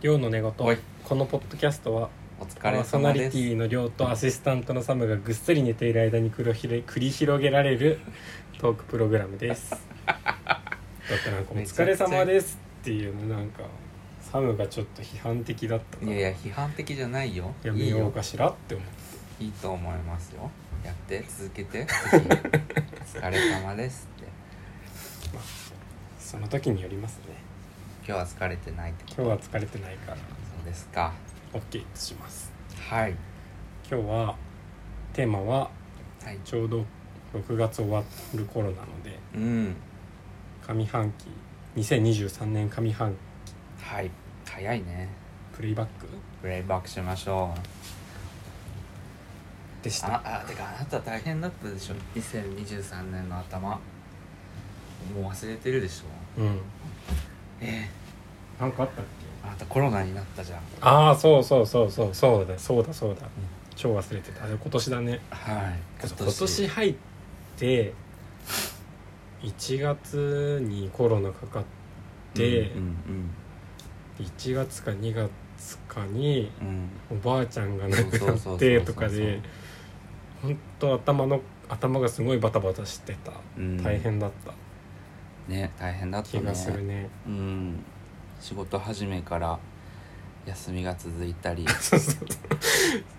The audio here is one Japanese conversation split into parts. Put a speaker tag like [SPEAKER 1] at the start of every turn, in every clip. [SPEAKER 1] 亮の寝言
[SPEAKER 2] おい
[SPEAKER 1] このポッドキャストは
[SPEAKER 2] お疲
[SPEAKER 1] パ
[SPEAKER 2] れ
[SPEAKER 1] ーソナ
[SPEAKER 2] 様
[SPEAKER 1] リ
[SPEAKER 2] で
[SPEAKER 1] テ
[SPEAKER 2] す
[SPEAKER 1] ィの亮とアシスタントのサムがぐっすり寝ている間に繰り広げ繰り広げられる トークプログラムです だってなんか「お疲れ様です」っていうのなんかサムがちょっと批判的だったか
[SPEAKER 2] い
[SPEAKER 1] ら
[SPEAKER 2] やいや批判的じゃないよ
[SPEAKER 1] や
[SPEAKER 2] い
[SPEAKER 1] め
[SPEAKER 2] い
[SPEAKER 1] よう
[SPEAKER 2] よ
[SPEAKER 1] かしらって思う
[SPEAKER 2] いいと思いますよやって続 けてぜひお疲れ様ですって
[SPEAKER 1] その時によりますね
[SPEAKER 2] 今日は疲れてないってこと
[SPEAKER 1] 今日は疲れてないから
[SPEAKER 2] そうですか
[SPEAKER 1] OK とします
[SPEAKER 2] はい
[SPEAKER 1] 今日はテーマは
[SPEAKER 2] はい
[SPEAKER 1] ちょうど6月終わる頃なので
[SPEAKER 2] うん
[SPEAKER 1] 上半期2023年上半期
[SPEAKER 2] はい早いね
[SPEAKER 1] プレイバック
[SPEAKER 2] プレイバックしましょう
[SPEAKER 1] でした
[SPEAKER 2] ああてかあなた大変だったでしょ2023年の頭もう忘れてるでしょ
[SPEAKER 1] うん
[SPEAKER 2] え
[SPEAKER 1] なんかあったっけ
[SPEAKER 2] えあなたコロナになったじゃん
[SPEAKER 1] ああそうそうそうそうそうだそうだそうだ、
[SPEAKER 2] ん
[SPEAKER 1] 超忘れてたで今年だね
[SPEAKER 2] はい
[SPEAKER 1] 今年入って1月にコロナかかって、
[SPEAKER 2] うん
[SPEAKER 1] 1月か2月かに
[SPEAKER 2] うんうん
[SPEAKER 1] おばあちゃんが亡く
[SPEAKER 2] そうそう
[SPEAKER 1] な
[SPEAKER 2] そうそう
[SPEAKER 1] っ
[SPEAKER 2] そう
[SPEAKER 1] てとかで本当頭の頭がすごいバタバタしてた
[SPEAKER 2] うん
[SPEAKER 1] 大変だった
[SPEAKER 2] ね大変だった
[SPEAKER 1] 気
[SPEAKER 2] ね
[SPEAKER 1] がするね、
[SPEAKER 2] うん仕事始めから休みが続い たり
[SPEAKER 1] そうそう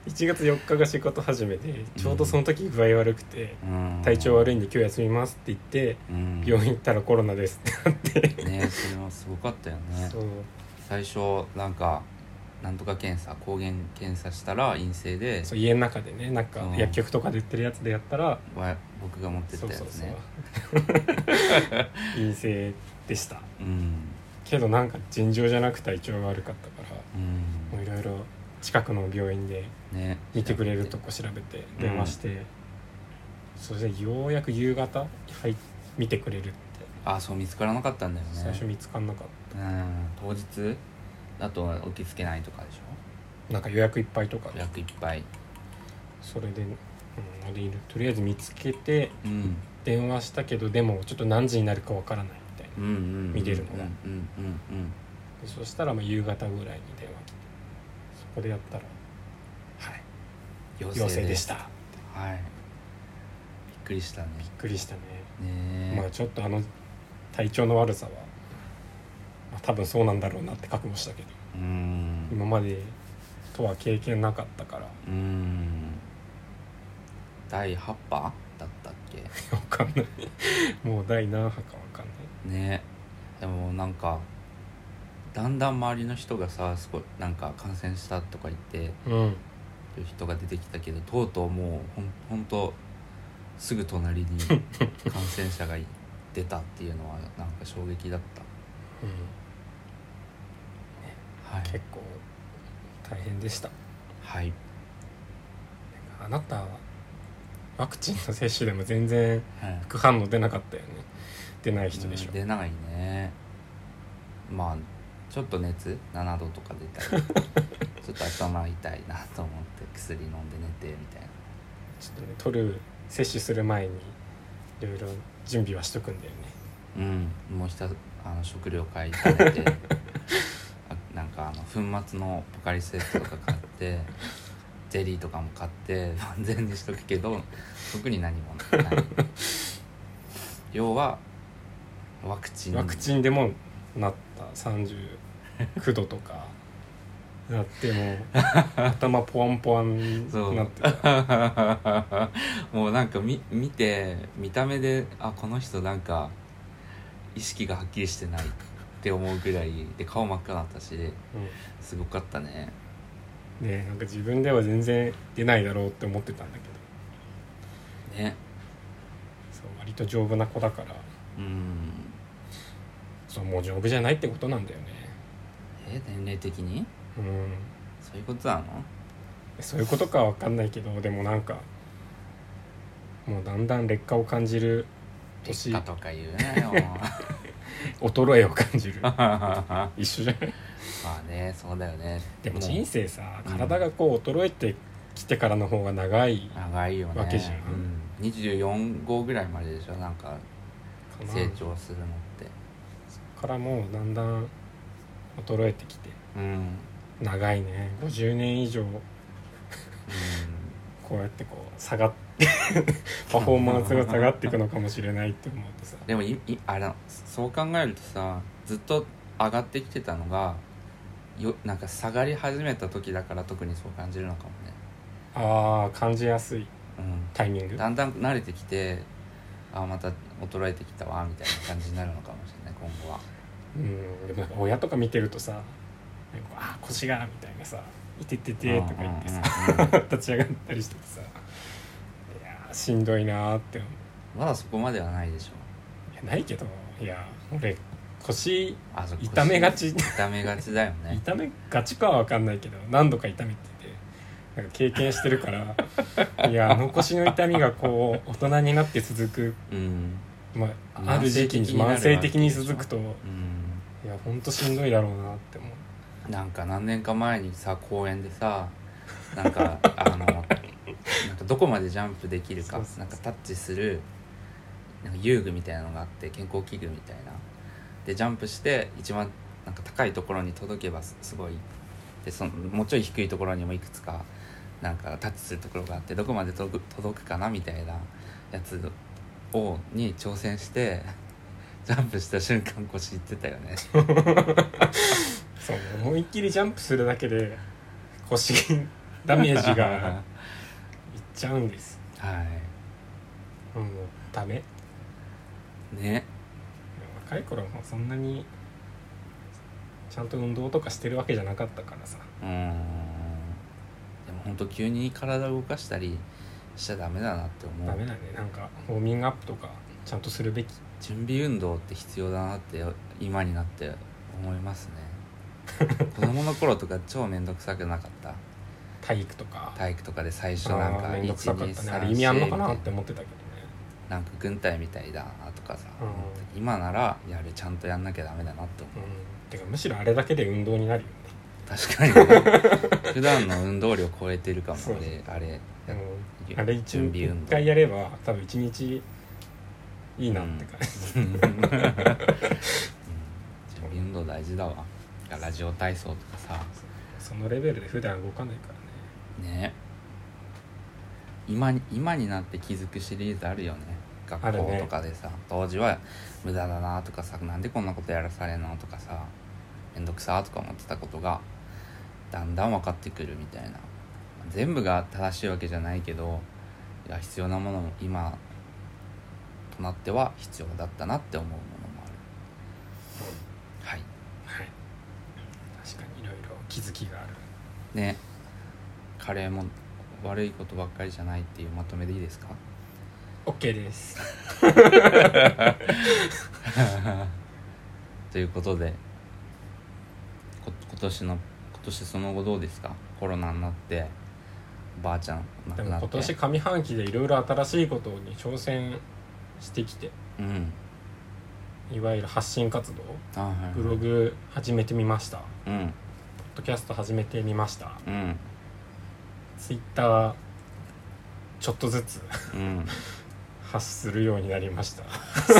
[SPEAKER 1] 1月4日が仕事始めでちょうどその時具合悪くて
[SPEAKER 2] うん
[SPEAKER 1] 体調悪いんで今日休みますって言って
[SPEAKER 2] うん
[SPEAKER 1] 病院行ったらコロナですってなって
[SPEAKER 2] ねそれもすごかったよね
[SPEAKER 1] そう
[SPEAKER 2] 最初なんかなんとか検査抗原検査したら陰性で
[SPEAKER 1] そう家の中でねなんか
[SPEAKER 2] うん
[SPEAKER 1] 薬局とかで売ってるやつでやったら
[SPEAKER 2] わ僕が持ってっ
[SPEAKER 1] そ
[SPEAKER 2] た
[SPEAKER 1] う
[SPEAKER 2] やつ
[SPEAKER 1] そう
[SPEAKER 2] ね
[SPEAKER 1] そう 陰性でした
[SPEAKER 2] うん
[SPEAKER 1] けどなんか尋常じゃなく体調が悪かったから
[SPEAKER 2] う
[SPEAKER 1] もういろいろ近くの病院で
[SPEAKER 2] んね
[SPEAKER 1] 見てくれるとこ調べて
[SPEAKER 2] ん
[SPEAKER 1] 電話して、それでようやく夕方はい見てくれるって
[SPEAKER 2] あそう見つからなかったんだよね
[SPEAKER 1] 最初見つかんなかっ
[SPEAKER 2] うん当日あとは起きつけないとかでしょ
[SPEAKER 1] たなんか予約いっぱいとかで
[SPEAKER 2] 薬いっぱい
[SPEAKER 1] それで、うん、あれいるとりあえず見つけて
[SPEAKER 2] うん
[SPEAKER 1] 電話したけどでもちょっと何時になるかわからないみたいな
[SPEAKER 2] うんうんうん
[SPEAKER 1] 見れるの
[SPEAKER 2] うん
[SPEAKER 1] が
[SPEAKER 2] うんうんうん
[SPEAKER 1] でそしたらまあ夕方ぐらいに電話来てそこでやったら「はい
[SPEAKER 2] 陽
[SPEAKER 1] 陽性で
[SPEAKER 2] た
[SPEAKER 1] した」
[SPEAKER 2] はいびっくりしたね
[SPEAKER 1] びっくりしたね、
[SPEAKER 2] ねえ、
[SPEAKER 1] まあちょっとあの体調の悪さは、まあ、多分そうなんだろうなって覚悟したけど
[SPEAKER 2] うーん
[SPEAKER 1] 今までとは経験なかったから
[SPEAKER 2] うーん第8波だったっ
[SPEAKER 1] わかんないもう第何波かわかんない
[SPEAKER 2] けねえでもなんかだんだん周りの人がさすごいなんか感染したとか言って
[SPEAKER 1] うん
[SPEAKER 2] る人が出てきたけどとうとうもうほんほんとすぐ隣 に感染者が出たっていうのはなんか衝撃だったはい
[SPEAKER 1] 結構大変でした
[SPEAKER 2] はい
[SPEAKER 1] あなたはワクチンの接種でも全然
[SPEAKER 2] はい
[SPEAKER 1] 副反応出なかったよね出ない人でしょ
[SPEAKER 2] うん出ないねまあちょっと熱7度とか出 たりちょっと頭痛いなと思って薬飲んで寝てみたいな
[SPEAKER 1] ちょっとね取る接種する前にいろいろ準備はしとくんだよね
[SPEAKER 2] うんもうひたあの食料買い食べて あなんかあの粉末のポカリスエットとか買ってゼリーとかも買って万全にしとくけど特に何も ない要はワクチン
[SPEAKER 1] ワクチンでもなった39度とかなって もう頭ポワンポワンになってた
[SPEAKER 2] もうなんか見見て見た目であこの人なんか意識がはっきりしてないって思うぐらいで顔真っ赤だったしすごかったね
[SPEAKER 1] うんでなんか自分では全然出ないだろうって思ってたんだけど
[SPEAKER 2] ね
[SPEAKER 1] そう割と丈夫な子だから
[SPEAKER 2] うん
[SPEAKER 1] そうもう丈夫じゃないってことなんだよね
[SPEAKER 2] え年齢的に
[SPEAKER 1] うん
[SPEAKER 2] そういうことなの
[SPEAKER 1] そういうことかは分かんないけどでもなんかもうだんだん劣化を感じる
[SPEAKER 2] 結
[SPEAKER 1] 年
[SPEAKER 2] 果とか言うな よ
[SPEAKER 1] 衰えを感じる
[SPEAKER 2] ま
[SPEAKER 1] 一緒じゃない
[SPEAKER 2] あねそうだよね
[SPEAKER 1] でも
[SPEAKER 2] う
[SPEAKER 1] 人生さ
[SPEAKER 2] うん
[SPEAKER 1] 体がこう衰えてきてからの方が長いか
[SPEAKER 2] 長いよね
[SPEAKER 1] わけじゃん
[SPEAKER 2] うん、24号ぐらいまででしょなんか
[SPEAKER 1] な
[SPEAKER 2] 成長するのって
[SPEAKER 1] からもうだんだん衰えてきて
[SPEAKER 2] うん
[SPEAKER 1] 長いね50年以上こうやってこう下がって パフォーマンスが下がっていくのかもしれないって思うとさ
[SPEAKER 2] でもいいあれそう考えるとさずっと上がってきてたのがよなんか下がり始めた時だから特にそう感じるのかもね
[SPEAKER 1] あー感じやすいタイミン
[SPEAKER 2] う
[SPEAKER 1] グ
[SPEAKER 2] んだんだん慣れてきてあまた衰えてきたわみたいな感じになるのかもしれない今後は
[SPEAKER 1] うんでもなんか親とか見てるとさ「なんかあー腰が」みたいなさ「いててて」とか言ってさ
[SPEAKER 2] うんうんうん
[SPEAKER 1] 立ち上がったりしててさいやーしんどいなーって思う
[SPEAKER 2] まだそこまではないでしょ
[SPEAKER 1] いやないけどいや俺腰
[SPEAKER 2] あそこ
[SPEAKER 1] 痛めがち
[SPEAKER 2] 痛めがちだよね
[SPEAKER 1] 痛めがちかは分かんないけど何度か痛めててなんか経験してるから いやあの腰の痛みがこう大人になって続く、
[SPEAKER 2] うん
[SPEAKER 1] まあ、ある時期に慢
[SPEAKER 2] 慢
[SPEAKER 1] 性
[SPEAKER 2] 性
[SPEAKER 1] 的
[SPEAKER 2] 的
[SPEAKER 1] に
[SPEAKER 2] に
[SPEAKER 1] 続くと
[SPEAKER 2] うん
[SPEAKER 1] いやほんとしんどいだろうなって思う
[SPEAKER 2] なんか何年か前にさ公園 でさなんかあのなんかどこまでジャンプできる
[SPEAKER 1] そ
[SPEAKER 2] か
[SPEAKER 1] うそうそう
[SPEAKER 2] なんかタッチするなんか遊具みたいなのがあって健康器具みたいなでジャンプして一番なんか高いところに届けばすすごいでそのもうちょい低いところにもいくつかなんかタッチするところがあってどこまで届く届くかなみたいなやつをに挑戦して ジャンプした瞬間腰いってたよね。
[SPEAKER 1] そう思いっきりジャンプするだけで腰にダメージがいっちゃうんです
[SPEAKER 2] は
[SPEAKER 1] う
[SPEAKER 2] い
[SPEAKER 1] んダメ
[SPEAKER 2] ね
[SPEAKER 1] 若い頃もそんなにちゃんと運動とかしてるわけじゃなかったからさ
[SPEAKER 2] うーんでも本当急に体を動かしたりしちゃダメだなって思う
[SPEAKER 1] ダメだねなんかウォーミングアップとかちゃんとするべき
[SPEAKER 2] 準備運動って必要だなって今になって思いますね子供の頃とか超面倒くさくなかった
[SPEAKER 1] 体育とか
[SPEAKER 2] 体育とかで最初なんか
[SPEAKER 1] あーめんどくさかったねあれ
[SPEAKER 2] 1234
[SPEAKER 1] 意味あんのかな
[SPEAKER 2] み
[SPEAKER 1] ったて
[SPEAKER 2] いな
[SPEAKER 1] 思ってたけどね
[SPEAKER 2] なんか軍隊みたいだなとかさ、
[SPEAKER 1] うん
[SPEAKER 2] 今ならやるちゃんとやんなきゃダメだなって思う
[SPEAKER 1] うんてかむしろあれだけで運動になるよね
[SPEAKER 2] 確かに、ね、普段の運動量超えてるかも
[SPEAKER 1] そう
[SPEAKER 2] ねあれ
[SPEAKER 1] あのあれ一
[SPEAKER 2] 準備運
[SPEAKER 1] 一
[SPEAKER 2] 動
[SPEAKER 1] 回やれば多分一日いいなって感じ、
[SPEAKER 2] うん 準備運動大事だわラジオ体操とかさ
[SPEAKER 1] そのレベルで普段動かないからね
[SPEAKER 2] ね今に今になって気づくシリーズあるよね
[SPEAKER 1] あ
[SPEAKER 2] 学
[SPEAKER 1] るね
[SPEAKER 2] 校とかでさ、当時は無駄だなとかさなんでこんなことやらされんのとかさめんどくさとか思ってたことがだんだん分かってくるみたいな全部が正しいわけじゃないけどいや必要なものも今となっては必要だったなって思うものもある、はい
[SPEAKER 1] はい確かにいろいろ気づきがある
[SPEAKER 2] ねカレーも悪いことばっかりじゃないっていうまとめでいいですか
[SPEAKER 1] OK です
[SPEAKER 2] ということでこ今年の今年その後どうですかコロナになっておばあちゃん亡
[SPEAKER 1] で
[SPEAKER 2] く
[SPEAKER 1] も
[SPEAKER 2] なって
[SPEAKER 1] 今年上半期でいろいろ新しいことに挑戦してきて
[SPEAKER 2] うん
[SPEAKER 1] いわゆる発信活動
[SPEAKER 2] あはい
[SPEAKER 1] ブログ始めてみましたポッ
[SPEAKER 2] うん
[SPEAKER 1] ドキャスト始めてみました
[SPEAKER 2] うん
[SPEAKER 1] ツイッターちょっとずつ
[SPEAKER 2] うん
[SPEAKER 1] 発するようになりました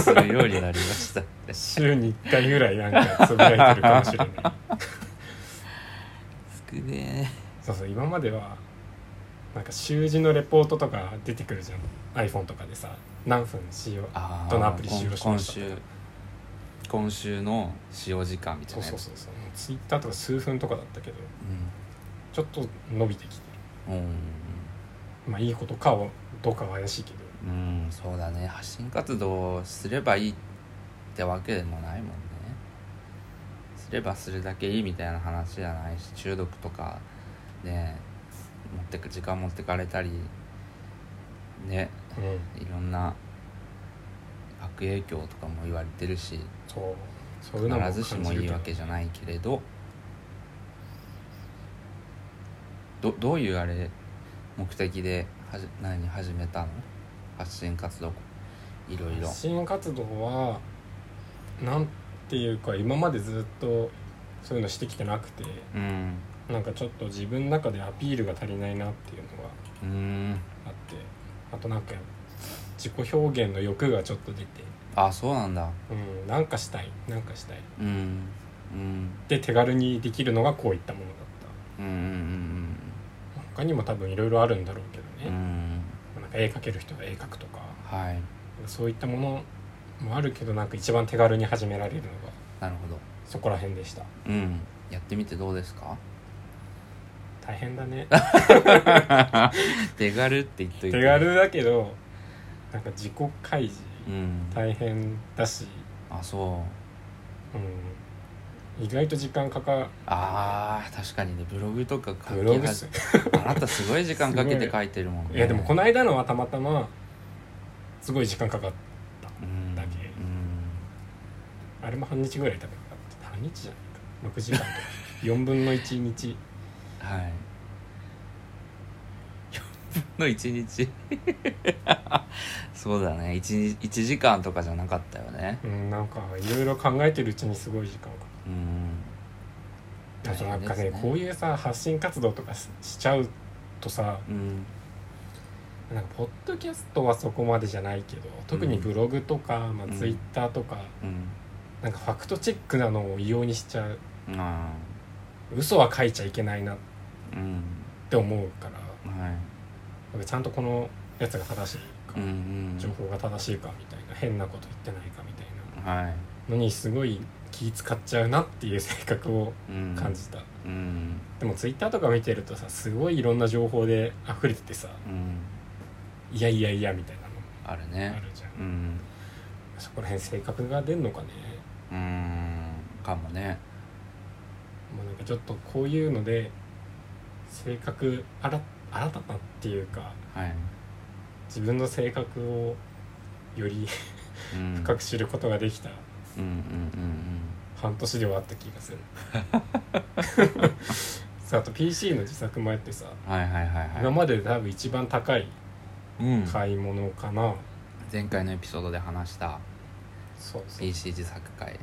[SPEAKER 2] するようになりました
[SPEAKER 1] 週に1回ぐらいなんかつぶやいてるかもし れない
[SPEAKER 2] 少ね
[SPEAKER 1] そうそう今まではなんか習字のレポートとか出てくるじゃん iPhone とかでさ何分しよう
[SPEAKER 2] あー
[SPEAKER 1] どのアプリ使用しま
[SPEAKER 2] 今
[SPEAKER 1] した
[SPEAKER 2] 週今週の使用時間みたい
[SPEAKER 1] そう
[SPEAKER 2] なやつ
[SPEAKER 1] そうそうそうツイッターとか数分とかだったけどちょっと伸びてきて
[SPEAKER 2] うん
[SPEAKER 1] るまあいいことかをどうかは怪しいけど
[SPEAKER 2] うん、うん、そうだね発信活動をすればいいってわけでもないもんねすればするだけいいみたいな話じゃないし中毒とかね持ってく時間持ってかれたりね
[SPEAKER 1] うん
[SPEAKER 2] いろんな悪影響とかも言われてるし
[SPEAKER 1] そうそういうのも
[SPEAKER 2] 必
[SPEAKER 1] 感
[SPEAKER 2] ずしも
[SPEAKER 1] じるけ
[SPEAKER 2] いい
[SPEAKER 1] ど
[SPEAKER 2] わけじゃないけれどどどういうあれ目的ではじ何始めたの発信活動いろいろ
[SPEAKER 1] 発信活動はなんていうか今までずっとそういうのしてきてなくて
[SPEAKER 2] うん
[SPEAKER 1] なんかちょっと自分の中でアピールが足りないなっていうのが
[SPEAKER 2] うーん
[SPEAKER 1] あってあとなんか自己表現の欲がちょっと出て、
[SPEAKER 2] あそうなんだ
[SPEAKER 1] うん、なんかしたいなんかしたい
[SPEAKER 2] うんうん
[SPEAKER 1] で手軽にできるのがこういったものだっ
[SPEAKER 2] うんうんうん
[SPEAKER 1] た他にも多分いろいろあるんだろうけど
[SPEAKER 2] うんう
[SPEAKER 1] ね、
[SPEAKER 2] ん
[SPEAKER 1] なんか絵描ける人は絵描くとか
[SPEAKER 2] はい
[SPEAKER 1] そういったものもあるけどなんか一番手軽に始められるのが
[SPEAKER 2] なるほど
[SPEAKER 1] そこら辺でした
[SPEAKER 2] うんやってみてどうですか
[SPEAKER 1] 大変だね
[SPEAKER 2] 手軽って言っとい
[SPEAKER 1] 手
[SPEAKER 2] て
[SPEAKER 1] 軽だけどなんか自己開示
[SPEAKER 2] うん
[SPEAKER 1] 大変だし、
[SPEAKER 2] あそう
[SPEAKER 1] うん、意外と時間かか
[SPEAKER 2] あー確かにねブログとか書き
[SPEAKER 1] ブログっ
[SPEAKER 2] は
[SPEAKER 1] す
[SPEAKER 2] あなたすごい時間かけて書いてるもんね
[SPEAKER 1] いやでもこの
[SPEAKER 2] い
[SPEAKER 1] 間のはたまたますごい時間かかっ
[SPEAKER 2] うん
[SPEAKER 1] だけあれも半日ぐらい食べかかって半日じゃないか6時間とか4分の1日
[SPEAKER 2] うんはい4分の1日そうだね 1, 1時間とかじゃなかったよね
[SPEAKER 1] うんなんかいろいろ考えてるうちにすごい時間かか
[SPEAKER 2] うん
[SPEAKER 1] るあとなんか
[SPEAKER 2] 大変
[SPEAKER 1] ね
[SPEAKER 2] ですね
[SPEAKER 1] こういうさ発信活動とかししちゃうとさ
[SPEAKER 2] うん
[SPEAKER 1] なんかポッドキャストはそこまでじゃないけど特にブログとか、まあ、
[SPEAKER 2] うん
[SPEAKER 1] ツイッターとか、
[SPEAKER 2] うん
[SPEAKER 1] なんかファクトチェックなのを異様にしちゃう
[SPEAKER 2] あ
[SPEAKER 1] 嘘は書いちゃいけないなっ
[SPEAKER 2] ーうん
[SPEAKER 1] て思うから
[SPEAKER 2] はい
[SPEAKER 1] なんかちゃんとこのやつが正しいか、
[SPEAKER 2] うんうん
[SPEAKER 1] 情報が正しいかみたいな変なこと言ってないかみたいな
[SPEAKER 2] はい
[SPEAKER 1] のにすごい気使っちゃうなっていう性格を
[SPEAKER 2] うん
[SPEAKER 1] 感じた、
[SPEAKER 2] うん
[SPEAKER 1] でもツイッターとか見てるとさすごいいろんな情報で溢れててさ
[SPEAKER 2] うん
[SPEAKER 1] いやいやいやみたいな
[SPEAKER 2] ある
[SPEAKER 1] のもあ
[SPEAKER 2] ね
[SPEAKER 1] るじゃん、
[SPEAKER 2] うん
[SPEAKER 1] そこら辺性格が出んのかね
[SPEAKER 2] うんかもね
[SPEAKER 1] もうなんかちょっとこういうので性格あら新たなっていうか
[SPEAKER 2] はい、
[SPEAKER 1] 自分の性格をより
[SPEAKER 2] うん、
[SPEAKER 1] 深く知ることができた
[SPEAKER 2] うんうん
[SPEAKER 1] 半年ではあった気が するさあ あと PC の自作前ってさ
[SPEAKER 2] うんうんはいはいはいはい
[SPEAKER 1] 今までで多分一番高い
[SPEAKER 2] うん、
[SPEAKER 1] 買い物かな、
[SPEAKER 2] 前回のエピソードで話した
[SPEAKER 1] そうそう
[SPEAKER 2] PC 自作会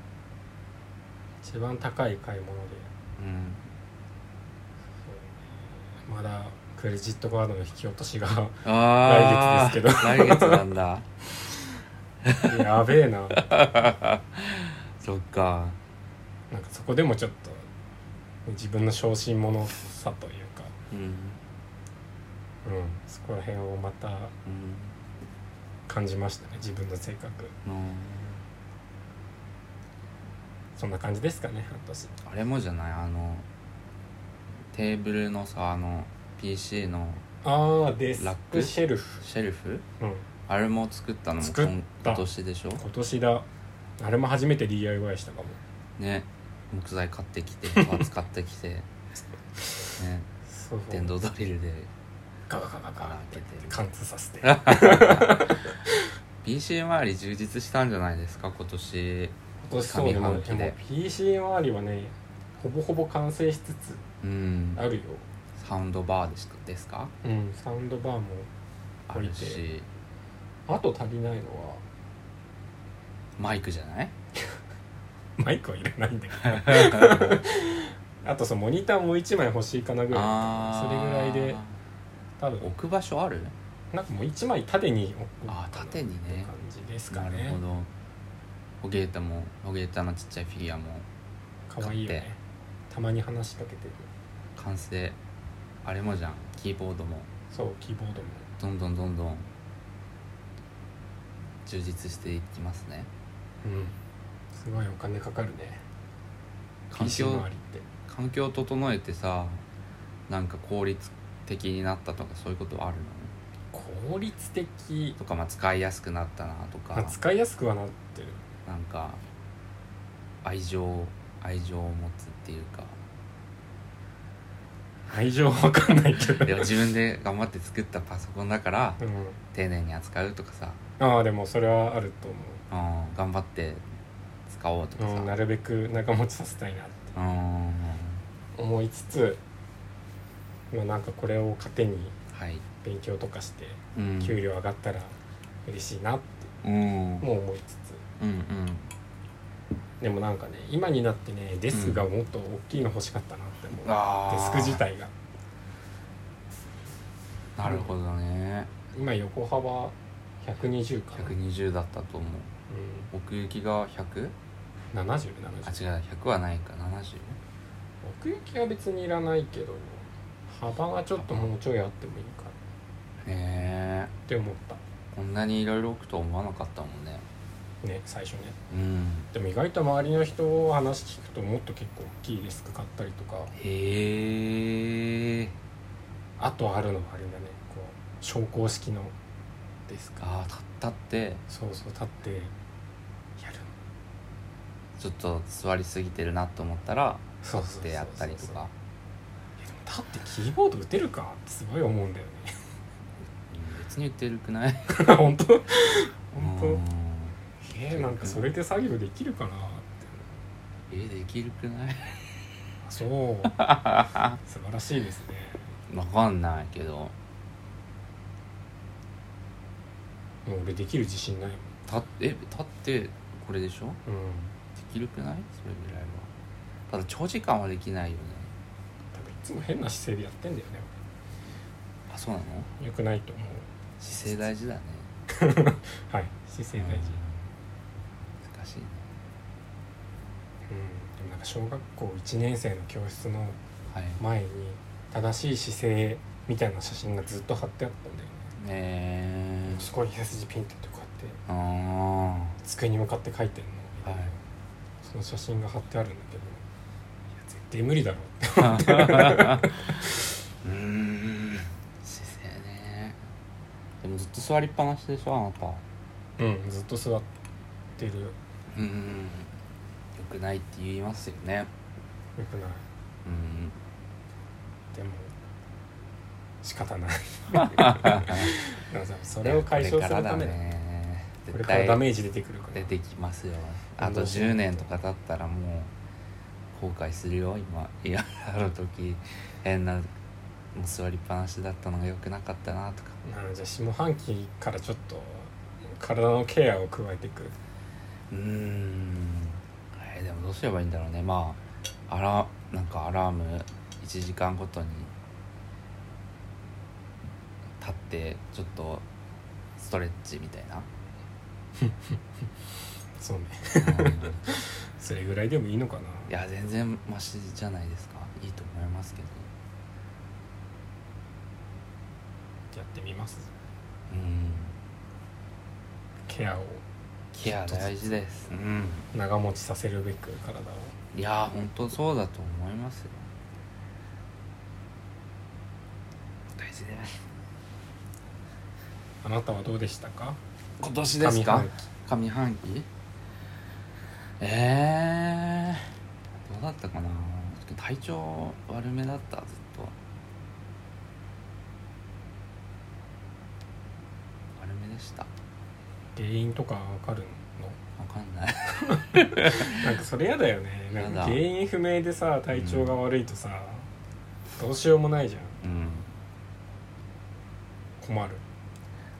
[SPEAKER 1] 一番高い買い物で
[SPEAKER 2] うん
[SPEAKER 1] そうまだクレジットカードの引き落としが
[SPEAKER 2] あー
[SPEAKER 1] 来月ですけ
[SPEAKER 2] 来月なんだ
[SPEAKER 1] やべえな
[SPEAKER 2] そっか
[SPEAKER 1] なんかそこでもちょっと自分の小心者さというか、
[SPEAKER 2] うん
[SPEAKER 1] うん、そこら辺をまた感じましたね自分の性格
[SPEAKER 2] うんの
[SPEAKER 1] そんな感じですかね半年
[SPEAKER 2] あれもじゃないあのテーブルのさあの PC の
[SPEAKER 1] ああデス
[SPEAKER 2] ラッ
[SPEAKER 1] ク
[SPEAKER 2] ク
[SPEAKER 1] シェルフ、
[SPEAKER 2] シェルフ
[SPEAKER 1] うん、
[SPEAKER 2] あれも作ったのも
[SPEAKER 1] 作った
[SPEAKER 2] 今今年でしょ
[SPEAKER 1] 今年だあれも初めて DIY したかも
[SPEAKER 2] ね木材買ってき てパーツ買ってきてね
[SPEAKER 1] そう
[SPEAKER 2] 電動ドリルで
[SPEAKER 1] ガガガガガ
[SPEAKER 2] 穴
[SPEAKER 1] って
[SPEAKER 2] 開けて
[SPEAKER 1] 貫通させて
[SPEAKER 2] PC 周り充実したんじゃないですか今年
[SPEAKER 1] 今年そうだ
[SPEAKER 2] 上
[SPEAKER 1] ね
[SPEAKER 2] 半期で
[SPEAKER 1] でも PC 周りはねほぼほぼ完成しつつ
[SPEAKER 2] うん
[SPEAKER 1] あるよ、
[SPEAKER 2] サウンドバーですかですか
[SPEAKER 1] うん、サウンドバーも
[SPEAKER 2] あるし
[SPEAKER 1] あと足りないのは
[SPEAKER 2] マイクじゃない
[SPEAKER 1] マイクはいらないんだけ どあとそのモニターもう1枚欲しいかなぐらい
[SPEAKER 2] あ
[SPEAKER 1] それぐらいで多分
[SPEAKER 2] 置く場所ある
[SPEAKER 1] なんかもう1枚縦に置く
[SPEAKER 2] あー縦に
[SPEAKER 1] って
[SPEAKER 2] ね
[SPEAKER 1] 感じですか
[SPEAKER 2] なる
[SPEAKER 1] ね
[SPEAKER 2] ほどホゲータもホゲータのちっちゃいフィギュアも
[SPEAKER 1] かわいいよ
[SPEAKER 2] 買っ
[SPEAKER 1] ねたまに話しかけてる
[SPEAKER 2] 完成あれもじゃんキーボードも
[SPEAKER 1] そうキーボードも
[SPEAKER 2] どんどんどんどん充実していきますね
[SPEAKER 1] うんすごいお金かかるね
[SPEAKER 2] 環
[SPEAKER 1] PC
[SPEAKER 2] 境
[SPEAKER 1] 周りって
[SPEAKER 2] 環境整えてさなんか効率的になったとかそういうことあるの
[SPEAKER 1] 効率的
[SPEAKER 2] とか、まあ、使いやすくなったなとか
[SPEAKER 1] まあ使いやすくはな ってる
[SPEAKER 2] なんか愛情愛情を持つっていうか
[SPEAKER 1] 愛情わかんないけど
[SPEAKER 2] でも自分で頑張って作ったパソコンだから
[SPEAKER 1] うん
[SPEAKER 2] 丁寧に扱うとかさ、
[SPEAKER 1] ああでもそれはあると思う
[SPEAKER 2] うん、頑張って使おうとかさ、
[SPEAKER 1] うん、なるべく長持ちさせたいなって
[SPEAKER 2] うん
[SPEAKER 1] 思いつつ、まあ、なんかこれを糧に
[SPEAKER 2] はい、
[SPEAKER 1] 勉強とかして
[SPEAKER 2] うん、
[SPEAKER 1] 給料上がったら嬉しいなって
[SPEAKER 2] うんうん
[SPEAKER 1] も思いつ
[SPEAKER 2] うん
[SPEAKER 1] つでもなんかね今になってねデスクがもっと大きいの欲しかったなって思う、
[SPEAKER 2] あー
[SPEAKER 1] デスク自体が
[SPEAKER 2] なるほどね
[SPEAKER 1] 今横幅120かな、うん、
[SPEAKER 2] 120だったと思う奥行きが 100?
[SPEAKER 1] 7070
[SPEAKER 2] あ違う100はないか70
[SPEAKER 1] 奥行きは別にいらないけど幅がちょっともうちょいあってもいいかな
[SPEAKER 2] へえ
[SPEAKER 1] って思った
[SPEAKER 2] こんなにいろいろ置くと思わなかったもんね
[SPEAKER 1] ね最初ね
[SPEAKER 2] うん
[SPEAKER 1] でも意外と周りの人を話聞くともっと結構大きいリスク買ったりとか
[SPEAKER 2] へえ
[SPEAKER 1] あとあるのはあれだねこう昇降式のですか
[SPEAKER 2] ああ立ったって
[SPEAKER 1] そうそう立ってやる
[SPEAKER 2] ちょっと座りすぎてるなと思ったら
[SPEAKER 1] そう
[SPEAKER 2] 立ってやったりと
[SPEAKER 1] いや
[SPEAKER 2] か
[SPEAKER 1] でも立ってキーボード打てるかってすごい思うんだよ
[SPEAKER 2] うん別に言ってるくない
[SPEAKER 1] ね 本当本当
[SPEAKER 2] うん
[SPEAKER 1] えー、なんかそれで作業できるかなって
[SPEAKER 2] えできるくない
[SPEAKER 1] あそう 素晴らしいですね
[SPEAKER 2] わかんないけど
[SPEAKER 1] もう俺できる自信ないもん
[SPEAKER 2] 立っえ立ってこれでしょで
[SPEAKER 1] うん
[SPEAKER 2] きるくないそれぐらいはただ長時間はできないよね
[SPEAKER 1] 多分いつも変な姿勢でやってんだよね
[SPEAKER 2] あそうなの
[SPEAKER 1] 俺良くないと思う
[SPEAKER 2] 姿勢大事だね
[SPEAKER 1] はい姿勢大事
[SPEAKER 2] うん難しいね
[SPEAKER 1] うん、でもなんか小学校1年生の教室の
[SPEAKER 2] はい
[SPEAKER 1] 前に正しい姿勢みたいな写真がずっと貼ってあったんだよね、
[SPEAKER 2] え
[SPEAKER 1] すごい背筋ピンってこうやって
[SPEAKER 2] ー、あ
[SPEAKER 1] 机に向かって書いてる
[SPEAKER 2] あ
[SPEAKER 1] の、その写真が貼ってあるんだけどいや絶対無理だろうって
[SPEAKER 2] はいうーん姿勢ねでもずっと座りっぱなしでしょあなた
[SPEAKER 1] うんずっと座ってるよ
[SPEAKER 2] うーんよくないって言いますよね
[SPEAKER 1] くない
[SPEAKER 2] うん
[SPEAKER 1] でも仕方 ないなんかそれを解消するために
[SPEAKER 2] ね
[SPEAKER 1] これ
[SPEAKER 2] 絶
[SPEAKER 1] から
[SPEAKER 2] 対
[SPEAKER 1] ダメージ出てくるか
[SPEAKER 2] 出
[SPEAKER 1] ら
[SPEAKER 2] てきますよあと10年とか経ったらもう後悔するよ今いやある時変なもう座りっぱなしだったのが良くなかったなとか
[SPEAKER 1] なので下半期からちょっと体のケアを加えていく
[SPEAKER 2] うーん、えーでもどうすればいいんだろうねまあアラなんかアラーム1時間ごとに立ってちょっとストレッチみたい な、
[SPEAKER 1] そうね
[SPEAKER 2] うん
[SPEAKER 1] それぐらいでもいいのかない
[SPEAKER 2] や全然マシじゃないですかいいと思いますけど
[SPEAKER 1] やってみます
[SPEAKER 2] うん
[SPEAKER 1] ケアを
[SPEAKER 2] ケア大事ですうん
[SPEAKER 1] 長持ちさせるべく体を
[SPEAKER 2] いやー本当そうだと思いますよ大事です
[SPEAKER 1] あなたはどうでしたか
[SPEAKER 2] 今年です
[SPEAKER 1] 上
[SPEAKER 2] か
[SPEAKER 1] 半期
[SPEAKER 2] 上半期えー、どうだったかな体調悪めだったずっと悪めでしたわ
[SPEAKER 1] 原因とかわかる
[SPEAKER 2] かんない
[SPEAKER 1] のなんかそれやだよねなんか
[SPEAKER 2] やだ
[SPEAKER 1] 原因不明でさ体調が悪いとさ、どうしようもないじゃん
[SPEAKER 2] うん
[SPEAKER 1] 困る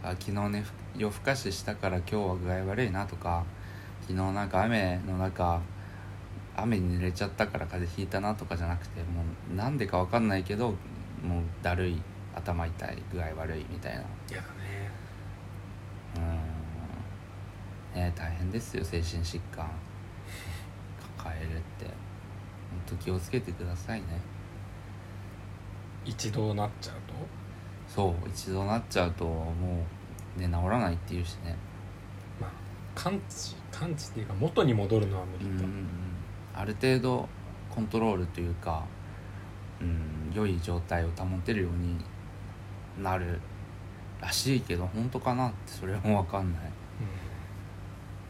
[SPEAKER 2] あ昨日ね夜更かししたから今日は具合悪いなとか昨日なんか雨の中雨に濡れちゃったから風邪ひいたなとかじゃなくてもうなんでかわかんないけどもうだるい頭痛い具合悪いみたいな
[SPEAKER 1] やだね
[SPEAKER 2] うーんねえ大変ですよ精神疾患抱えるって本当気をつけてくださいね
[SPEAKER 1] 一度なっちゃうと
[SPEAKER 2] そう一度なっちゃうともうね治らないっていうしね
[SPEAKER 1] まあ完治完治っていうか元に戻るのは無
[SPEAKER 2] う
[SPEAKER 1] 理
[SPEAKER 2] んうんう
[SPEAKER 1] だ、
[SPEAKER 2] んある程度コントロールというかうん良い状態を保てるようになるらしいけど本当かなってそれも分かんない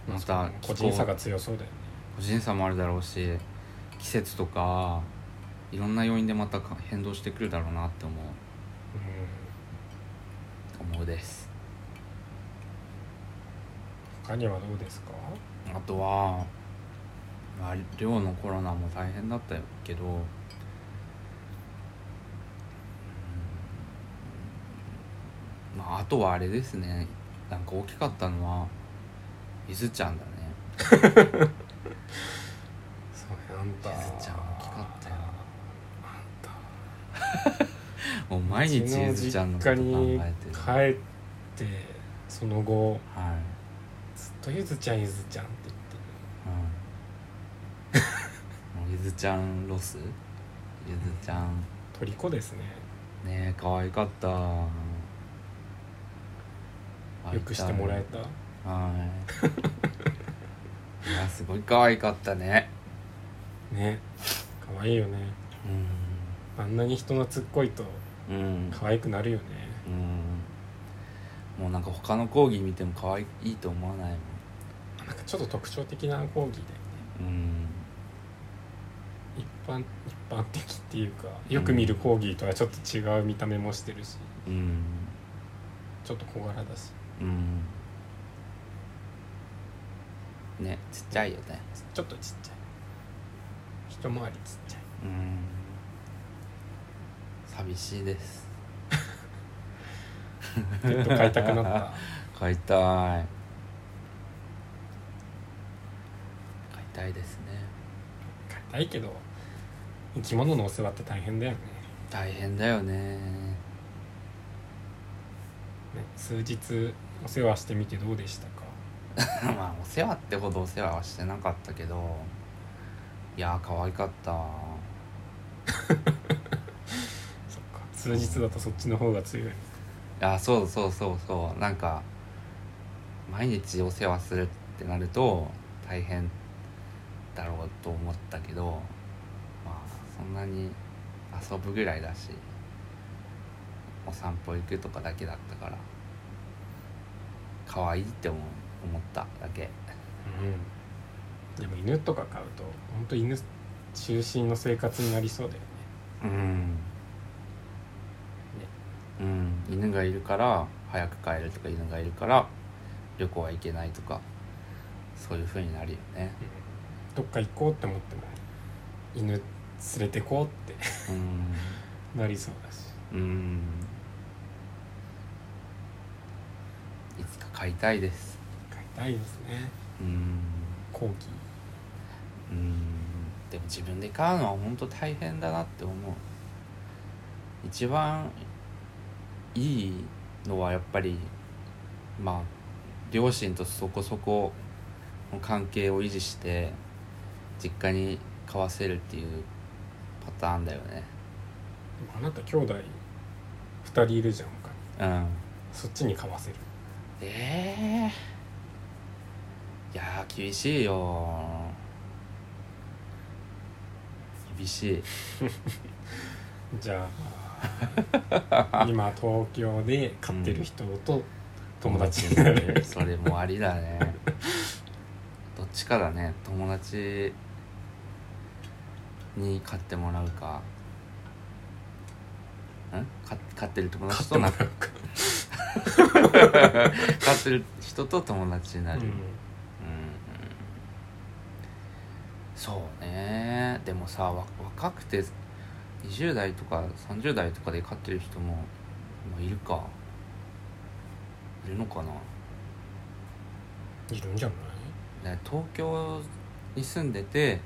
[SPEAKER 1] うん、
[SPEAKER 2] また
[SPEAKER 1] そう個人差が強そうだよね
[SPEAKER 2] 個人差もあるだろうし季節とかいろんな要因でまたか変動してくるだろうなって思う
[SPEAKER 1] うん
[SPEAKER 2] 思うです
[SPEAKER 1] 他にはどうですか
[SPEAKER 2] あとは、まあ、寮のコロナも大変だったけどうんまああとはあれですねなんか大きかったのはゆずちゃんだね
[SPEAKER 1] そうねあんた
[SPEAKER 2] ゆずちゃん大きかったよ
[SPEAKER 1] あんた
[SPEAKER 2] もう毎日ゆずちゃんのこと考えて
[SPEAKER 1] う
[SPEAKER 2] る
[SPEAKER 1] ちの
[SPEAKER 2] は
[SPEAKER 1] 実
[SPEAKER 2] い、
[SPEAKER 1] 家に帰ってその後ずっとゆずちゃんゆずちゃんって言って
[SPEAKER 2] うん ずちゃんロスゆずちゃん
[SPEAKER 1] 虜ですね
[SPEAKER 2] ねえ可愛かった
[SPEAKER 1] よくしてもらえた
[SPEAKER 2] たはいいやすごい可愛かったね
[SPEAKER 1] ね可愛いよねあんなに人懐っこいと
[SPEAKER 2] うんうん
[SPEAKER 1] 可愛くなるよね
[SPEAKER 2] うんもうなんか他の講義見ても可愛いと思わないもん
[SPEAKER 1] なんかちょっと特徴的な講義だよね
[SPEAKER 2] うん
[SPEAKER 1] 一般一般的っていうかよく見る講義とはちょっと違う見た目もしてるし
[SPEAKER 2] うん
[SPEAKER 1] ちょっと小柄だし
[SPEAKER 2] うんねちっちゃいよね
[SPEAKER 1] ちょっとちっちゃい一回りちっちゃい
[SPEAKER 2] うん寂しいです
[SPEAKER 1] ペット飼いたくなった
[SPEAKER 2] 買いたい買いたいですね
[SPEAKER 1] 飼いたいけど生き物のお世話って大変だよね
[SPEAKER 2] 大変だよね
[SPEAKER 1] ね数日お世話してみてどうでしたか
[SPEAKER 2] まあお世話ってほどお世話はしてなかったけどいやー可愛かった
[SPEAKER 1] そっか数日だとそっちの方が強い
[SPEAKER 2] いやそうそうそうそうなんか毎日お世話するってなると大変だろうと思ったけどまあそんなに遊ぶぐらいだしお散歩行くとかだけだったから可愛いって思う思っただけ
[SPEAKER 1] うんでも犬とか飼うと本当犬中心の生活になりそうだよね
[SPEAKER 2] うん、うん、犬がいるから早く帰るとか犬がいるから旅行は行けないとかそういう風になるよね
[SPEAKER 1] どっか行こうって思っても犬連れてこうって
[SPEAKER 2] う
[SPEAKER 1] なりそうだし
[SPEAKER 2] んうんいつか飼いたいです
[SPEAKER 1] 飼いたいですね
[SPEAKER 2] うん
[SPEAKER 1] 後期
[SPEAKER 2] うんでも自分で飼うのは本当大変だなって思う一番いいのはやっぱりまあ両親とそこそこの関係を維持して実家に飼わせるっていうパターンだよね
[SPEAKER 1] でもあなた兄弟2人いるじゃん他に
[SPEAKER 2] うん
[SPEAKER 1] そっちに飼わせる
[SPEAKER 2] ええいやー厳しいよ厳しい
[SPEAKER 1] じゃ あ今東京で飼ってる人と友達になる、
[SPEAKER 2] それもあり だねどっちかだね友達に買ってもらうかんか買ってる友達とな買ってる人と友達になる、
[SPEAKER 1] うん
[SPEAKER 2] うんそうねでもさわ若くて20代とか30代とかで飼ってる人も、まあ、いるかいるのかない
[SPEAKER 1] るんじゃない
[SPEAKER 2] ね東京に住んでて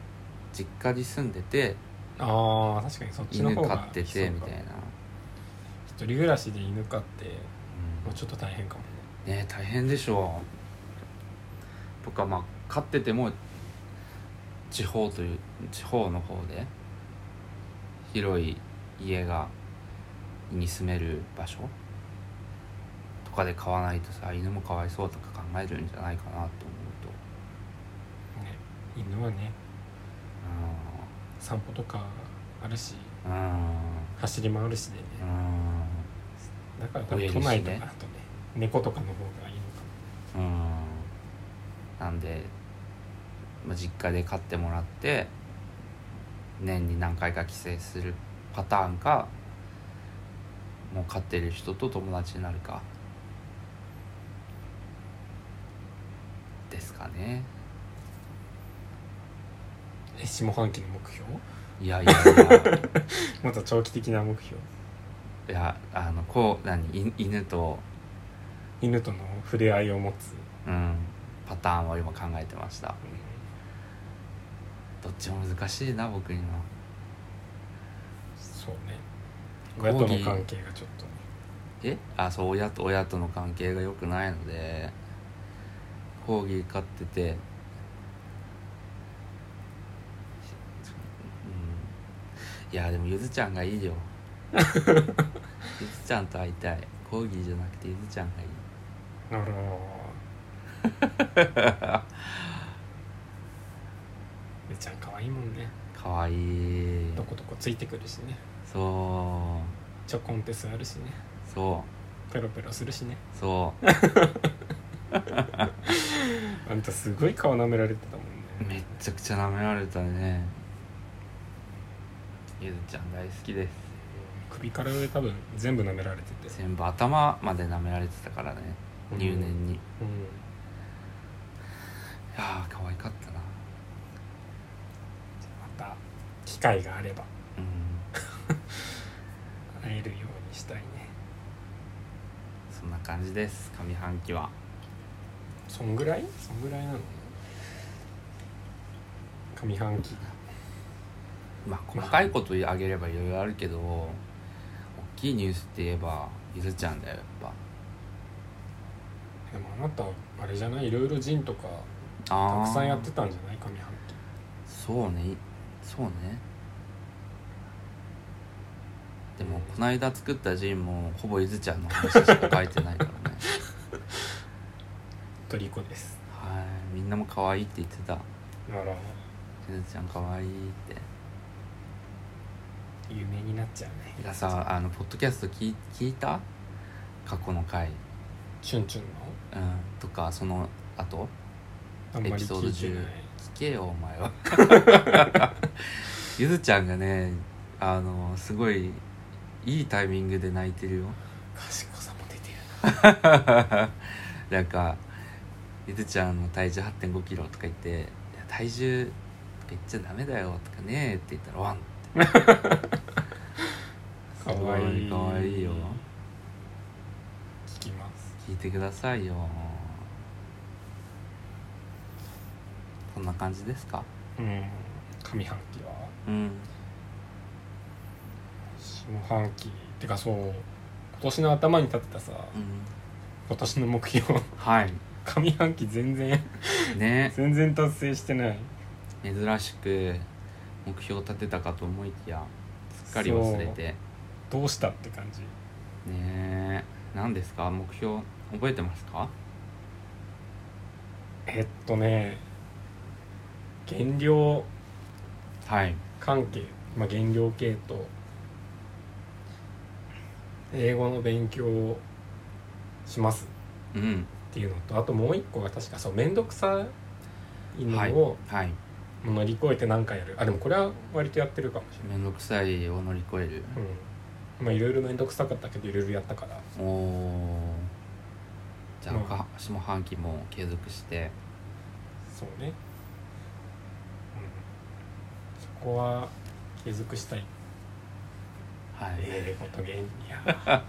[SPEAKER 2] 実家に住んでて
[SPEAKER 1] あー確かにそっちの
[SPEAKER 2] 犬
[SPEAKER 1] 方
[SPEAKER 2] 飼
[SPEAKER 1] が
[SPEAKER 2] っててみたいな、
[SPEAKER 1] 一人暮らしで犬飼って
[SPEAKER 2] うん
[SPEAKER 1] もうちょっと大変かもね
[SPEAKER 2] ね大変でしょうとかまあ飼ってても地方という地方の方で広い家がに住める場所とかで飼わないとさ犬もかわいそうとか考えるんじゃないかなと思うと
[SPEAKER 1] ね犬はね散歩とかあるし
[SPEAKER 2] うんうん
[SPEAKER 1] 走り回るしでね
[SPEAKER 2] うん
[SPEAKER 1] だから多
[SPEAKER 2] 泳
[SPEAKER 1] 分
[SPEAKER 2] ぐし
[SPEAKER 1] 都
[SPEAKER 2] ね
[SPEAKER 1] 内とかだとね猫とかの方がいいのか
[SPEAKER 2] うんなんで、まあ、実家で飼ってもらって年に何回か帰省するパターンかもう飼ってる人と友達になるかですかね
[SPEAKER 1] なえ下半期の目標
[SPEAKER 2] いやいやいや
[SPEAKER 1] もっと長期的な目標
[SPEAKER 2] いやあのこう何い犬と、
[SPEAKER 1] 犬との触れ合いを持つ、
[SPEAKER 2] うん、パターンを今考えてましたどっちも難しいな僕には。
[SPEAKER 1] そうね親との関係がちょっとね
[SPEAKER 2] えあそう親と親との関係が良くないのでコーギー飼ってていやでもゆずちゃんがい いよゆずちゃんと会いたいコーギーじゃなくてゆずちゃんがいい
[SPEAKER 1] あら めちゃん可愛いもんね
[SPEAKER 2] かわいい
[SPEAKER 1] どこどこついてくるしね
[SPEAKER 2] そ
[SPEAKER 1] ちょこんって座るしね
[SPEAKER 2] うそ
[SPEAKER 1] ペロペロするしね
[SPEAKER 2] うそ
[SPEAKER 1] あんたすごい顔舐められてたもん
[SPEAKER 2] う
[SPEAKER 1] ね
[SPEAKER 2] めっちゃくちゃ舐められたねゆずちゃん大好きです
[SPEAKER 1] 首から上多分全部舐められてて
[SPEAKER 2] 全部頭まで舐められてたからね入念に、い
[SPEAKER 1] うん
[SPEAKER 2] やー可愛かったな
[SPEAKER 1] また機会があれば
[SPEAKER 2] うん
[SPEAKER 1] 会えるようにしたいね
[SPEAKER 2] そんな感じです上半期は
[SPEAKER 1] そんぐらいそんぐらいなの上半期
[SPEAKER 2] まあ細かいことあげればいろいろあるけど大きいニュースって言えばゆずちゃんだよやっぱ
[SPEAKER 1] でもあなたあれじゃないいろいろジンとか
[SPEAKER 2] あ
[SPEAKER 1] た
[SPEAKER 2] ー
[SPEAKER 1] くさんやってたんじゃない上半期
[SPEAKER 2] そうねそうねでもこの間作ったジンもほぼゆずちゃんの話しか書いてないから ね
[SPEAKER 1] トリコです
[SPEAKER 2] はいみんなも可愛いって言ってた
[SPEAKER 1] あら
[SPEAKER 2] ゆずちゃん可愛いって
[SPEAKER 1] 有名になっちゃうね
[SPEAKER 2] てかさあのポッドキャスト聞い聞いた過去の回、
[SPEAKER 1] チュンチュンの
[SPEAKER 2] うん、とかその後
[SPEAKER 1] あんま
[SPEAKER 2] エピ
[SPEAKER 1] り
[SPEAKER 2] ソード
[SPEAKER 1] 聞いて
[SPEAKER 2] 10
[SPEAKER 1] ない
[SPEAKER 2] 聞けよお前は ゆずちゃんがねあのすごいいいタイミングで泣いてるよ
[SPEAKER 1] 賢さも出てる
[SPEAKER 2] なんかゆずちゃんの体重8 5キロとか言っていや「体重とか言っちゃダメだよ」とかねって言ったらワンって
[SPEAKER 1] かわいい
[SPEAKER 2] かわいいよ
[SPEAKER 1] 聞きます
[SPEAKER 2] 聞いてくださいよそんな感じですか
[SPEAKER 1] うん上半期は
[SPEAKER 2] うん
[SPEAKER 1] 下半期てかそう今年の頭に立てたさ
[SPEAKER 2] うん
[SPEAKER 1] 今年の目標
[SPEAKER 2] はい
[SPEAKER 1] 上半期全然
[SPEAKER 2] ね
[SPEAKER 1] 全然達成してない
[SPEAKER 2] 珍しく目標を立てたかと思いきやすっかり忘れてね
[SPEAKER 1] どうしたって感じ
[SPEAKER 2] え何ですか目標覚えてますか
[SPEAKER 1] えっとね減量
[SPEAKER 2] はい
[SPEAKER 1] 関係、まあ、減量系と英語の勉強をします
[SPEAKER 2] うん
[SPEAKER 1] っていうのとあともう一個が確かそう面倒くさい
[SPEAKER 2] はい
[SPEAKER 1] のを
[SPEAKER 2] はい
[SPEAKER 1] 乗り越えて何かやる、あでもこれは割とやってるかもしれ
[SPEAKER 2] 面倒くさいを乗り越える
[SPEAKER 1] ないうんまあいろいろ面倒くさかったけどいろいろやったから
[SPEAKER 2] おおじゃあ、
[SPEAKER 1] うん
[SPEAKER 2] か下半期も継続して
[SPEAKER 1] そうね、うん、そこは継続したい
[SPEAKER 2] はい、
[SPEAKER 1] 英語と減いや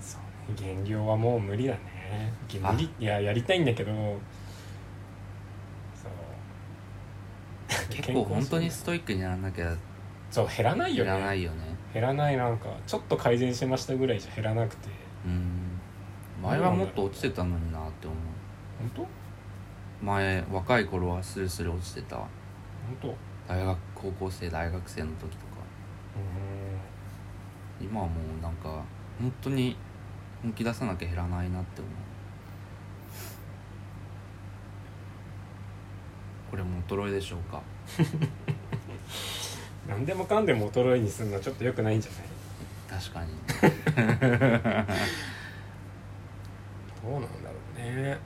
[SPEAKER 1] そうね減量はもう無理だねげ
[SPEAKER 2] あ
[SPEAKER 1] 無理いややりたいんだけどそう
[SPEAKER 2] 結構
[SPEAKER 1] 健康
[SPEAKER 2] 本
[SPEAKER 1] 診
[SPEAKER 2] 当
[SPEAKER 1] 断
[SPEAKER 2] にストイックにやらなきゃ
[SPEAKER 1] そう減らない
[SPEAKER 2] い
[SPEAKER 1] よ
[SPEAKER 2] らな
[SPEAKER 1] ね
[SPEAKER 2] いよね
[SPEAKER 1] 減らないなんかちょっと改善しましたぐらいじゃ減らなくて
[SPEAKER 2] うん前はもっと落ちてたのになって思う
[SPEAKER 1] 本当本
[SPEAKER 2] 前若い頃はスルスル落ちてた
[SPEAKER 1] 当う
[SPEAKER 2] 大学高校生大学生の時とか今はもうなんか本当に本気出さなきゃ減らないなって思うこれも衰えでしょうか
[SPEAKER 1] ーん何でもかんでも衰えにするのはちょっと良くないんじゃない
[SPEAKER 2] 確かに
[SPEAKER 1] どうなんだろうね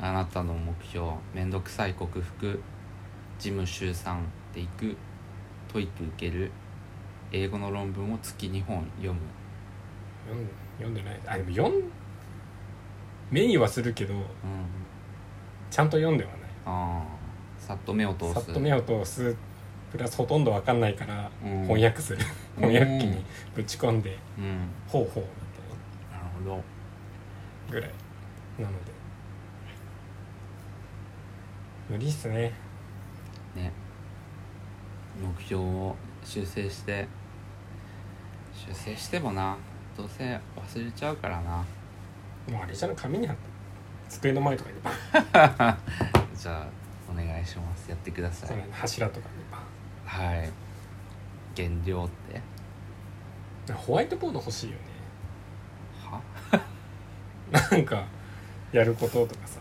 [SPEAKER 2] あなたの目標めんどくさい克服事務週3で行くトイック受ける英語の論文を月2本読む
[SPEAKER 1] 読ん読んでないあでも読ん目にはするけど
[SPEAKER 2] うん
[SPEAKER 1] ちゃんと読んではない
[SPEAKER 2] ああさっと目を通
[SPEAKER 1] さっ
[SPEAKER 2] す
[SPEAKER 1] と目を通すプラスほとんど分かんないから
[SPEAKER 2] うん
[SPEAKER 1] 翻訳する、
[SPEAKER 2] うん
[SPEAKER 1] 翻訳機にぶち込んで
[SPEAKER 2] うん
[SPEAKER 1] 「ほうほう」みたい
[SPEAKER 2] なるほど
[SPEAKER 1] なぐらいなので無理っすね
[SPEAKER 2] ね目標を修正して修正してもなどうせ忘れちゃうからな
[SPEAKER 1] もうあれじゃない紙に貼って机の前とかにバン
[SPEAKER 2] じゃあお願いしますやってくださ
[SPEAKER 1] そ
[SPEAKER 2] い
[SPEAKER 1] の柱とかにバ
[SPEAKER 2] はい減量って
[SPEAKER 1] ンホワイトボード欲しいよね
[SPEAKER 2] は
[SPEAKER 1] なんかやることとかさ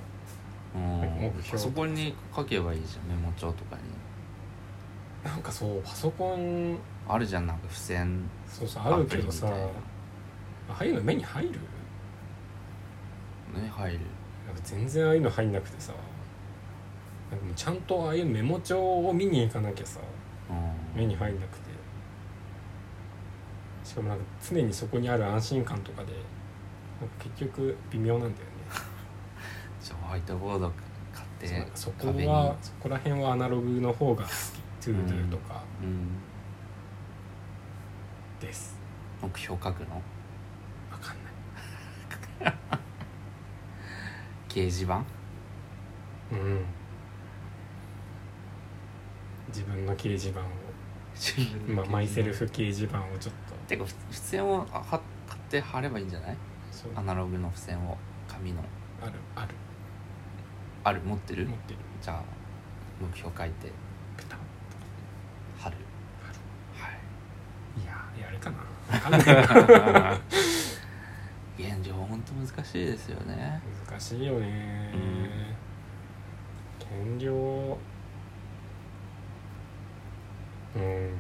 [SPEAKER 2] うん
[SPEAKER 1] 目標
[SPEAKER 2] パソコンに書けばいいじゃんメモ帳とかに
[SPEAKER 1] なんかそうパソコン
[SPEAKER 2] あるじゃんなんか付箋
[SPEAKER 1] そうそう
[SPEAKER 2] ア
[SPEAKER 1] ある
[SPEAKER 2] プ
[SPEAKER 1] け
[SPEAKER 2] リみ
[SPEAKER 1] ど
[SPEAKER 2] た
[SPEAKER 1] さ
[SPEAKER 2] いな
[SPEAKER 1] ああいうの目に入る
[SPEAKER 2] ね入る
[SPEAKER 1] なんか全然ああいうの入んなくてさなんかもうちゃんとああいうメモ帳を見に行かなきゃさ
[SPEAKER 2] うん
[SPEAKER 1] 目に入んなくてしかもなんか常にそこにある安心感とかでなんか結局微妙なんだよね
[SPEAKER 2] じゃあホワイトボード買っ
[SPEAKER 1] そうなん
[SPEAKER 2] て
[SPEAKER 1] かそこ
[SPEAKER 2] 壁に
[SPEAKER 1] はそこら辺はアナログの方が好きトゥードゥとか
[SPEAKER 2] うん
[SPEAKER 1] です、
[SPEAKER 2] 目標書くの
[SPEAKER 1] わかんない
[SPEAKER 2] 掲示板
[SPEAKER 1] うん自分の掲示板を まあマイセル
[SPEAKER 2] フ
[SPEAKER 1] フ掲示板をちょっと
[SPEAKER 2] てかふ付箋をあは買って貼ればいいんじゃない
[SPEAKER 1] そう
[SPEAKER 2] アナログの付箋を紙の
[SPEAKER 1] あるある
[SPEAKER 2] ある持ってる、
[SPEAKER 1] 持ってる
[SPEAKER 2] じゃあ目標書いて
[SPEAKER 1] ペタ
[SPEAKER 2] 貼る
[SPEAKER 1] いやーやるかなわかんないな
[SPEAKER 2] はい現状本当難しいですよね
[SPEAKER 1] 難しいよね減量うん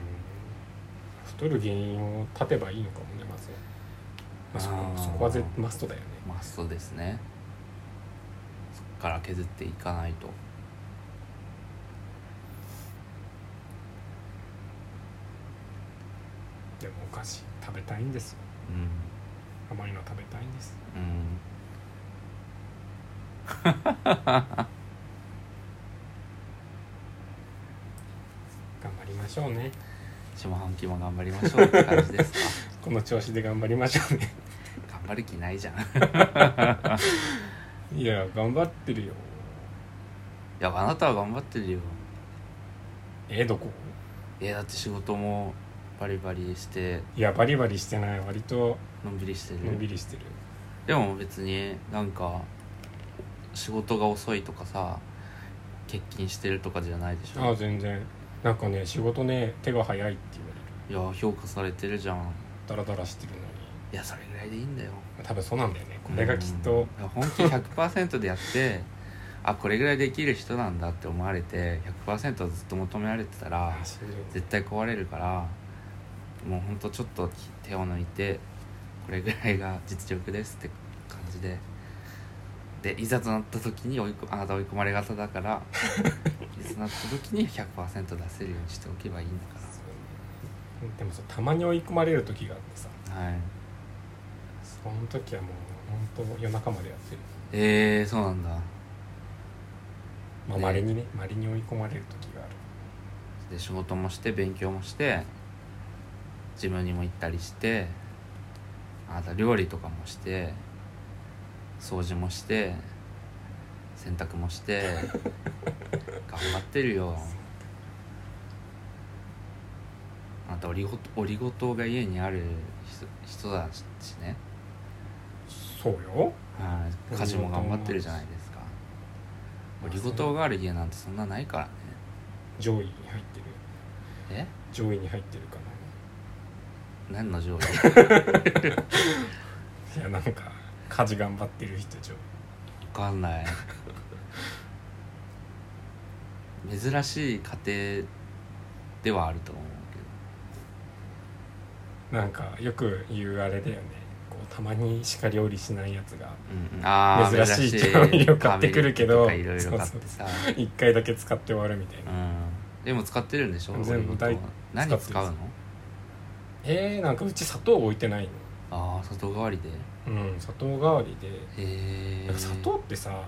[SPEAKER 1] 太る原因を立てばいいのかもねまず、まあ、そ
[SPEAKER 2] あー
[SPEAKER 1] こそこはぜマストだよね
[SPEAKER 2] マストですねそっから削っていかないと
[SPEAKER 1] でもお菓子食べたいんですよ
[SPEAKER 2] うん
[SPEAKER 1] 甘いの食べたいんです
[SPEAKER 2] うん
[SPEAKER 1] 頑張りましょうね
[SPEAKER 2] 下半期も頑張りましょうって感じですか
[SPEAKER 1] この調子で頑張りましょうね
[SPEAKER 2] 頑張る気ないじゃん い
[SPEAKER 1] いや頑張ってるよ
[SPEAKER 2] やあなたは頑張ってるよ
[SPEAKER 1] えどこ
[SPEAKER 2] えだって仕事もバリバリして
[SPEAKER 1] いやバリバリしてない割と
[SPEAKER 2] のんびりしてる
[SPEAKER 1] のんびりしてる
[SPEAKER 2] でも別になんか仕事が遅いとかさ欠勤してるとかじゃないでし
[SPEAKER 1] ああ
[SPEAKER 2] ょ
[SPEAKER 1] 全然なんかね仕事ね手が早いって言われる
[SPEAKER 2] いや評価されてるじゃん
[SPEAKER 1] ダラダラしてるのに
[SPEAKER 2] いやそれぐらいでいいんだよ
[SPEAKER 1] 多分そうなんだよねこれがきっ
[SPEAKER 2] うん
[SPEAKER 1] と
[SPEAKER 2] いや本気100%でやってあこれぐらいできる人なんだって思われて100%ずっと求められてたら
[SPEAKER 1] あしんどい
[SPEAKER 2] 絶対壊れるからもうほんとちょっと手を抜いてこれぐらいが実力ですって感じででいざとなった時に追いこあなた追い込まれ方だから いざとなった時に100%出せるようにしておけばいいんだか
[SPEAKER 1] でもさたまに追い込まれる時があってさ
[SPEAKER 2] らはい
[SPEAKER 1] その時はもう本当夜中までやってる
[SPEAKER 2] えー、そうなんだ
[SPEAKER 1] まあ
[SPEAKER 2] ね
[SPEAKER 1] まれにねまれに追い込まれる時がある
[SPEAKER 2] で仕事もして勉強もして自分にも行ったりしてあなた料理とかもして掃除もして洗濯もして 頑張ってるよあなたオリゴオリゴ糖が家にある人人だしね、
[SPEAKER 1] そうよ
[SPEAKER 2] はい、家事も頑張ってるじゃないですかオリゴ糖がある家なんてそんなないからね
[SPEAKER 1] 上位に入ってる
[SPEAKER 2] え
[SPEAKER 1] 上位に入ってるか
[SPEAKER 2] 何の料理
[SPEAKER 1] ないやなんか家事頑張ってる人上位
[SPEAKER 2] わかんない珍しい家庭ではあると思う
[SPEAKER 1] なんかよく言うあれだよねこうたまにしか料理しないやつが
[SPEAKER 2] けど、うんうん、あー
[SPEAKER 1] 珍しい調味料買ってくるけど
[SPEAKER 2] 調味料とかいろいろ買ってさ
[SPEAKER 1] 1回だけ使って終わるみたいな
[SPEAKER 2] うん、でも使ってるんでしょ
[SPEAKER 1] 全部
[SPEAKER 2] オリ
[SPEAKER 1] 大
[SPEAKER 2] ゴ糖何使う
[SPEAKER 1] 使
[SPEAKER 2] の
[SPEAKER 1] っえー、なんかうち砂糖置いてない
[SPEAKER 2] ああ外代わりでへ
[SPEAKER 1] のうん砂糖代わりで
[SPEAKER 2] え
[SPEAKER 1] なんか砂糖ってさ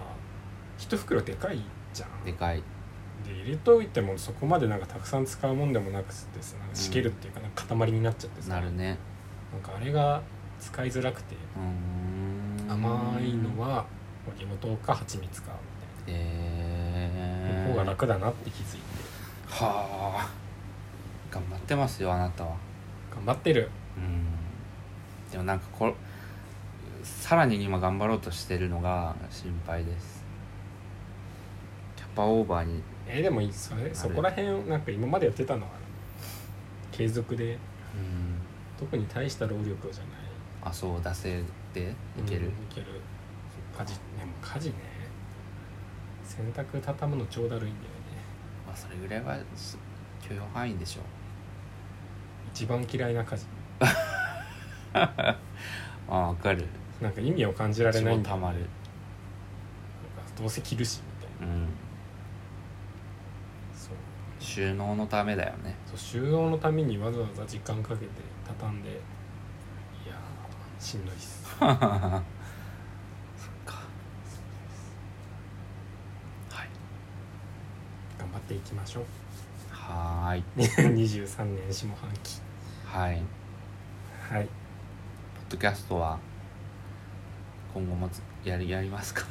[SPEAKER 1] 一袋でかいじゃん
[SPEAKER 2] でかい
[SPEAKER 1] で入れといてもそこまでなんかたくさん使うもんでもなくてさなんかしけるっていうかなんか塊になっちゃってさ、
[SPEAKER 2] なるね
[SPEAKER 1] なんかあれが使いづらくて
[SPEAKER 2] うーん
[SPEAKER 1] 甘いのはオリゴ糖か蜂蜜か
[SPEAKER 2] へ
[SPEAKER 1] みたいな
[SPEAKER 2] え
[SPEAKER 1] 方が楽だなって気づいて
[SPEAKER 2] はあ頑張ってますよあなたは
[SPEAKER 1] 頑張ってる
[SPEAKER 2] うんでもなんかこれさらに今頑張ろうとしてるのが心配ですパーオーバーに
[SPEAKER 1] えーでもいそれそこら辺なんか今までやってたのは継続で
[SPEAKER 2] うん
[SPEAKER 1] 特に大した労力じゃない
[SPEAKER 2] あそう惰性でいける、
[SPEAKER 1] うんいける家事ねもう家事ね洗濯畳むの超だるいんだよね
[SPEAKER 2] まあ、それぐらいはす許容範囲でしょう
[SPEAKER 1] 一番嫌いな家事
[SPEAKER 2] ああわかる
[SPEAKER 1] なんか意味を感じられないんだ
[SPEAKER 2] たまる
[SPEAKER 1] なんかどうせ着るしみたいな
[SPEAKER 2] うん
[SPEAKER 1] そう
[SPEAKER 2] 収納のためだよね
[SPEAKER 1] そう収納のためにわざわざ時間かけて畳んでいやーしんどいっ す
[SPEAKER 2] そっかはい
[SPEAKER 1] 頑張っていきまし ょう
[SPEAKER 2] はーい
[SPEAKER 1] 2023年下半期
[SPEAKER 2] はい
[SPEAKER 1] はい
[SPEAKER 2] ポッドキャストは今後もつやりやりますか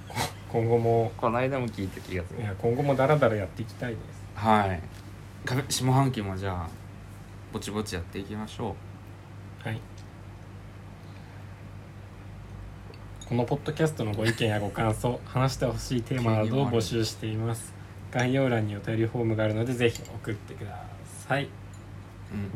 [SPEAKER 1] 今後も
[SPEAKER 2] この間も聞いた気がす
[SPEAKER 1] いや今後もダラダラやっていきたいです
[SPEAKER 2] はいか下半期もじゃあぼちぼちやっていきましょ
[SPEAKER 1] はい。このポッドキャストのご意見やご感想、話してほしいテーマなどを募集しています。概要欄にお便りフォームがあるので、ぜひ送ってください。
[SPEAKER 2] ううん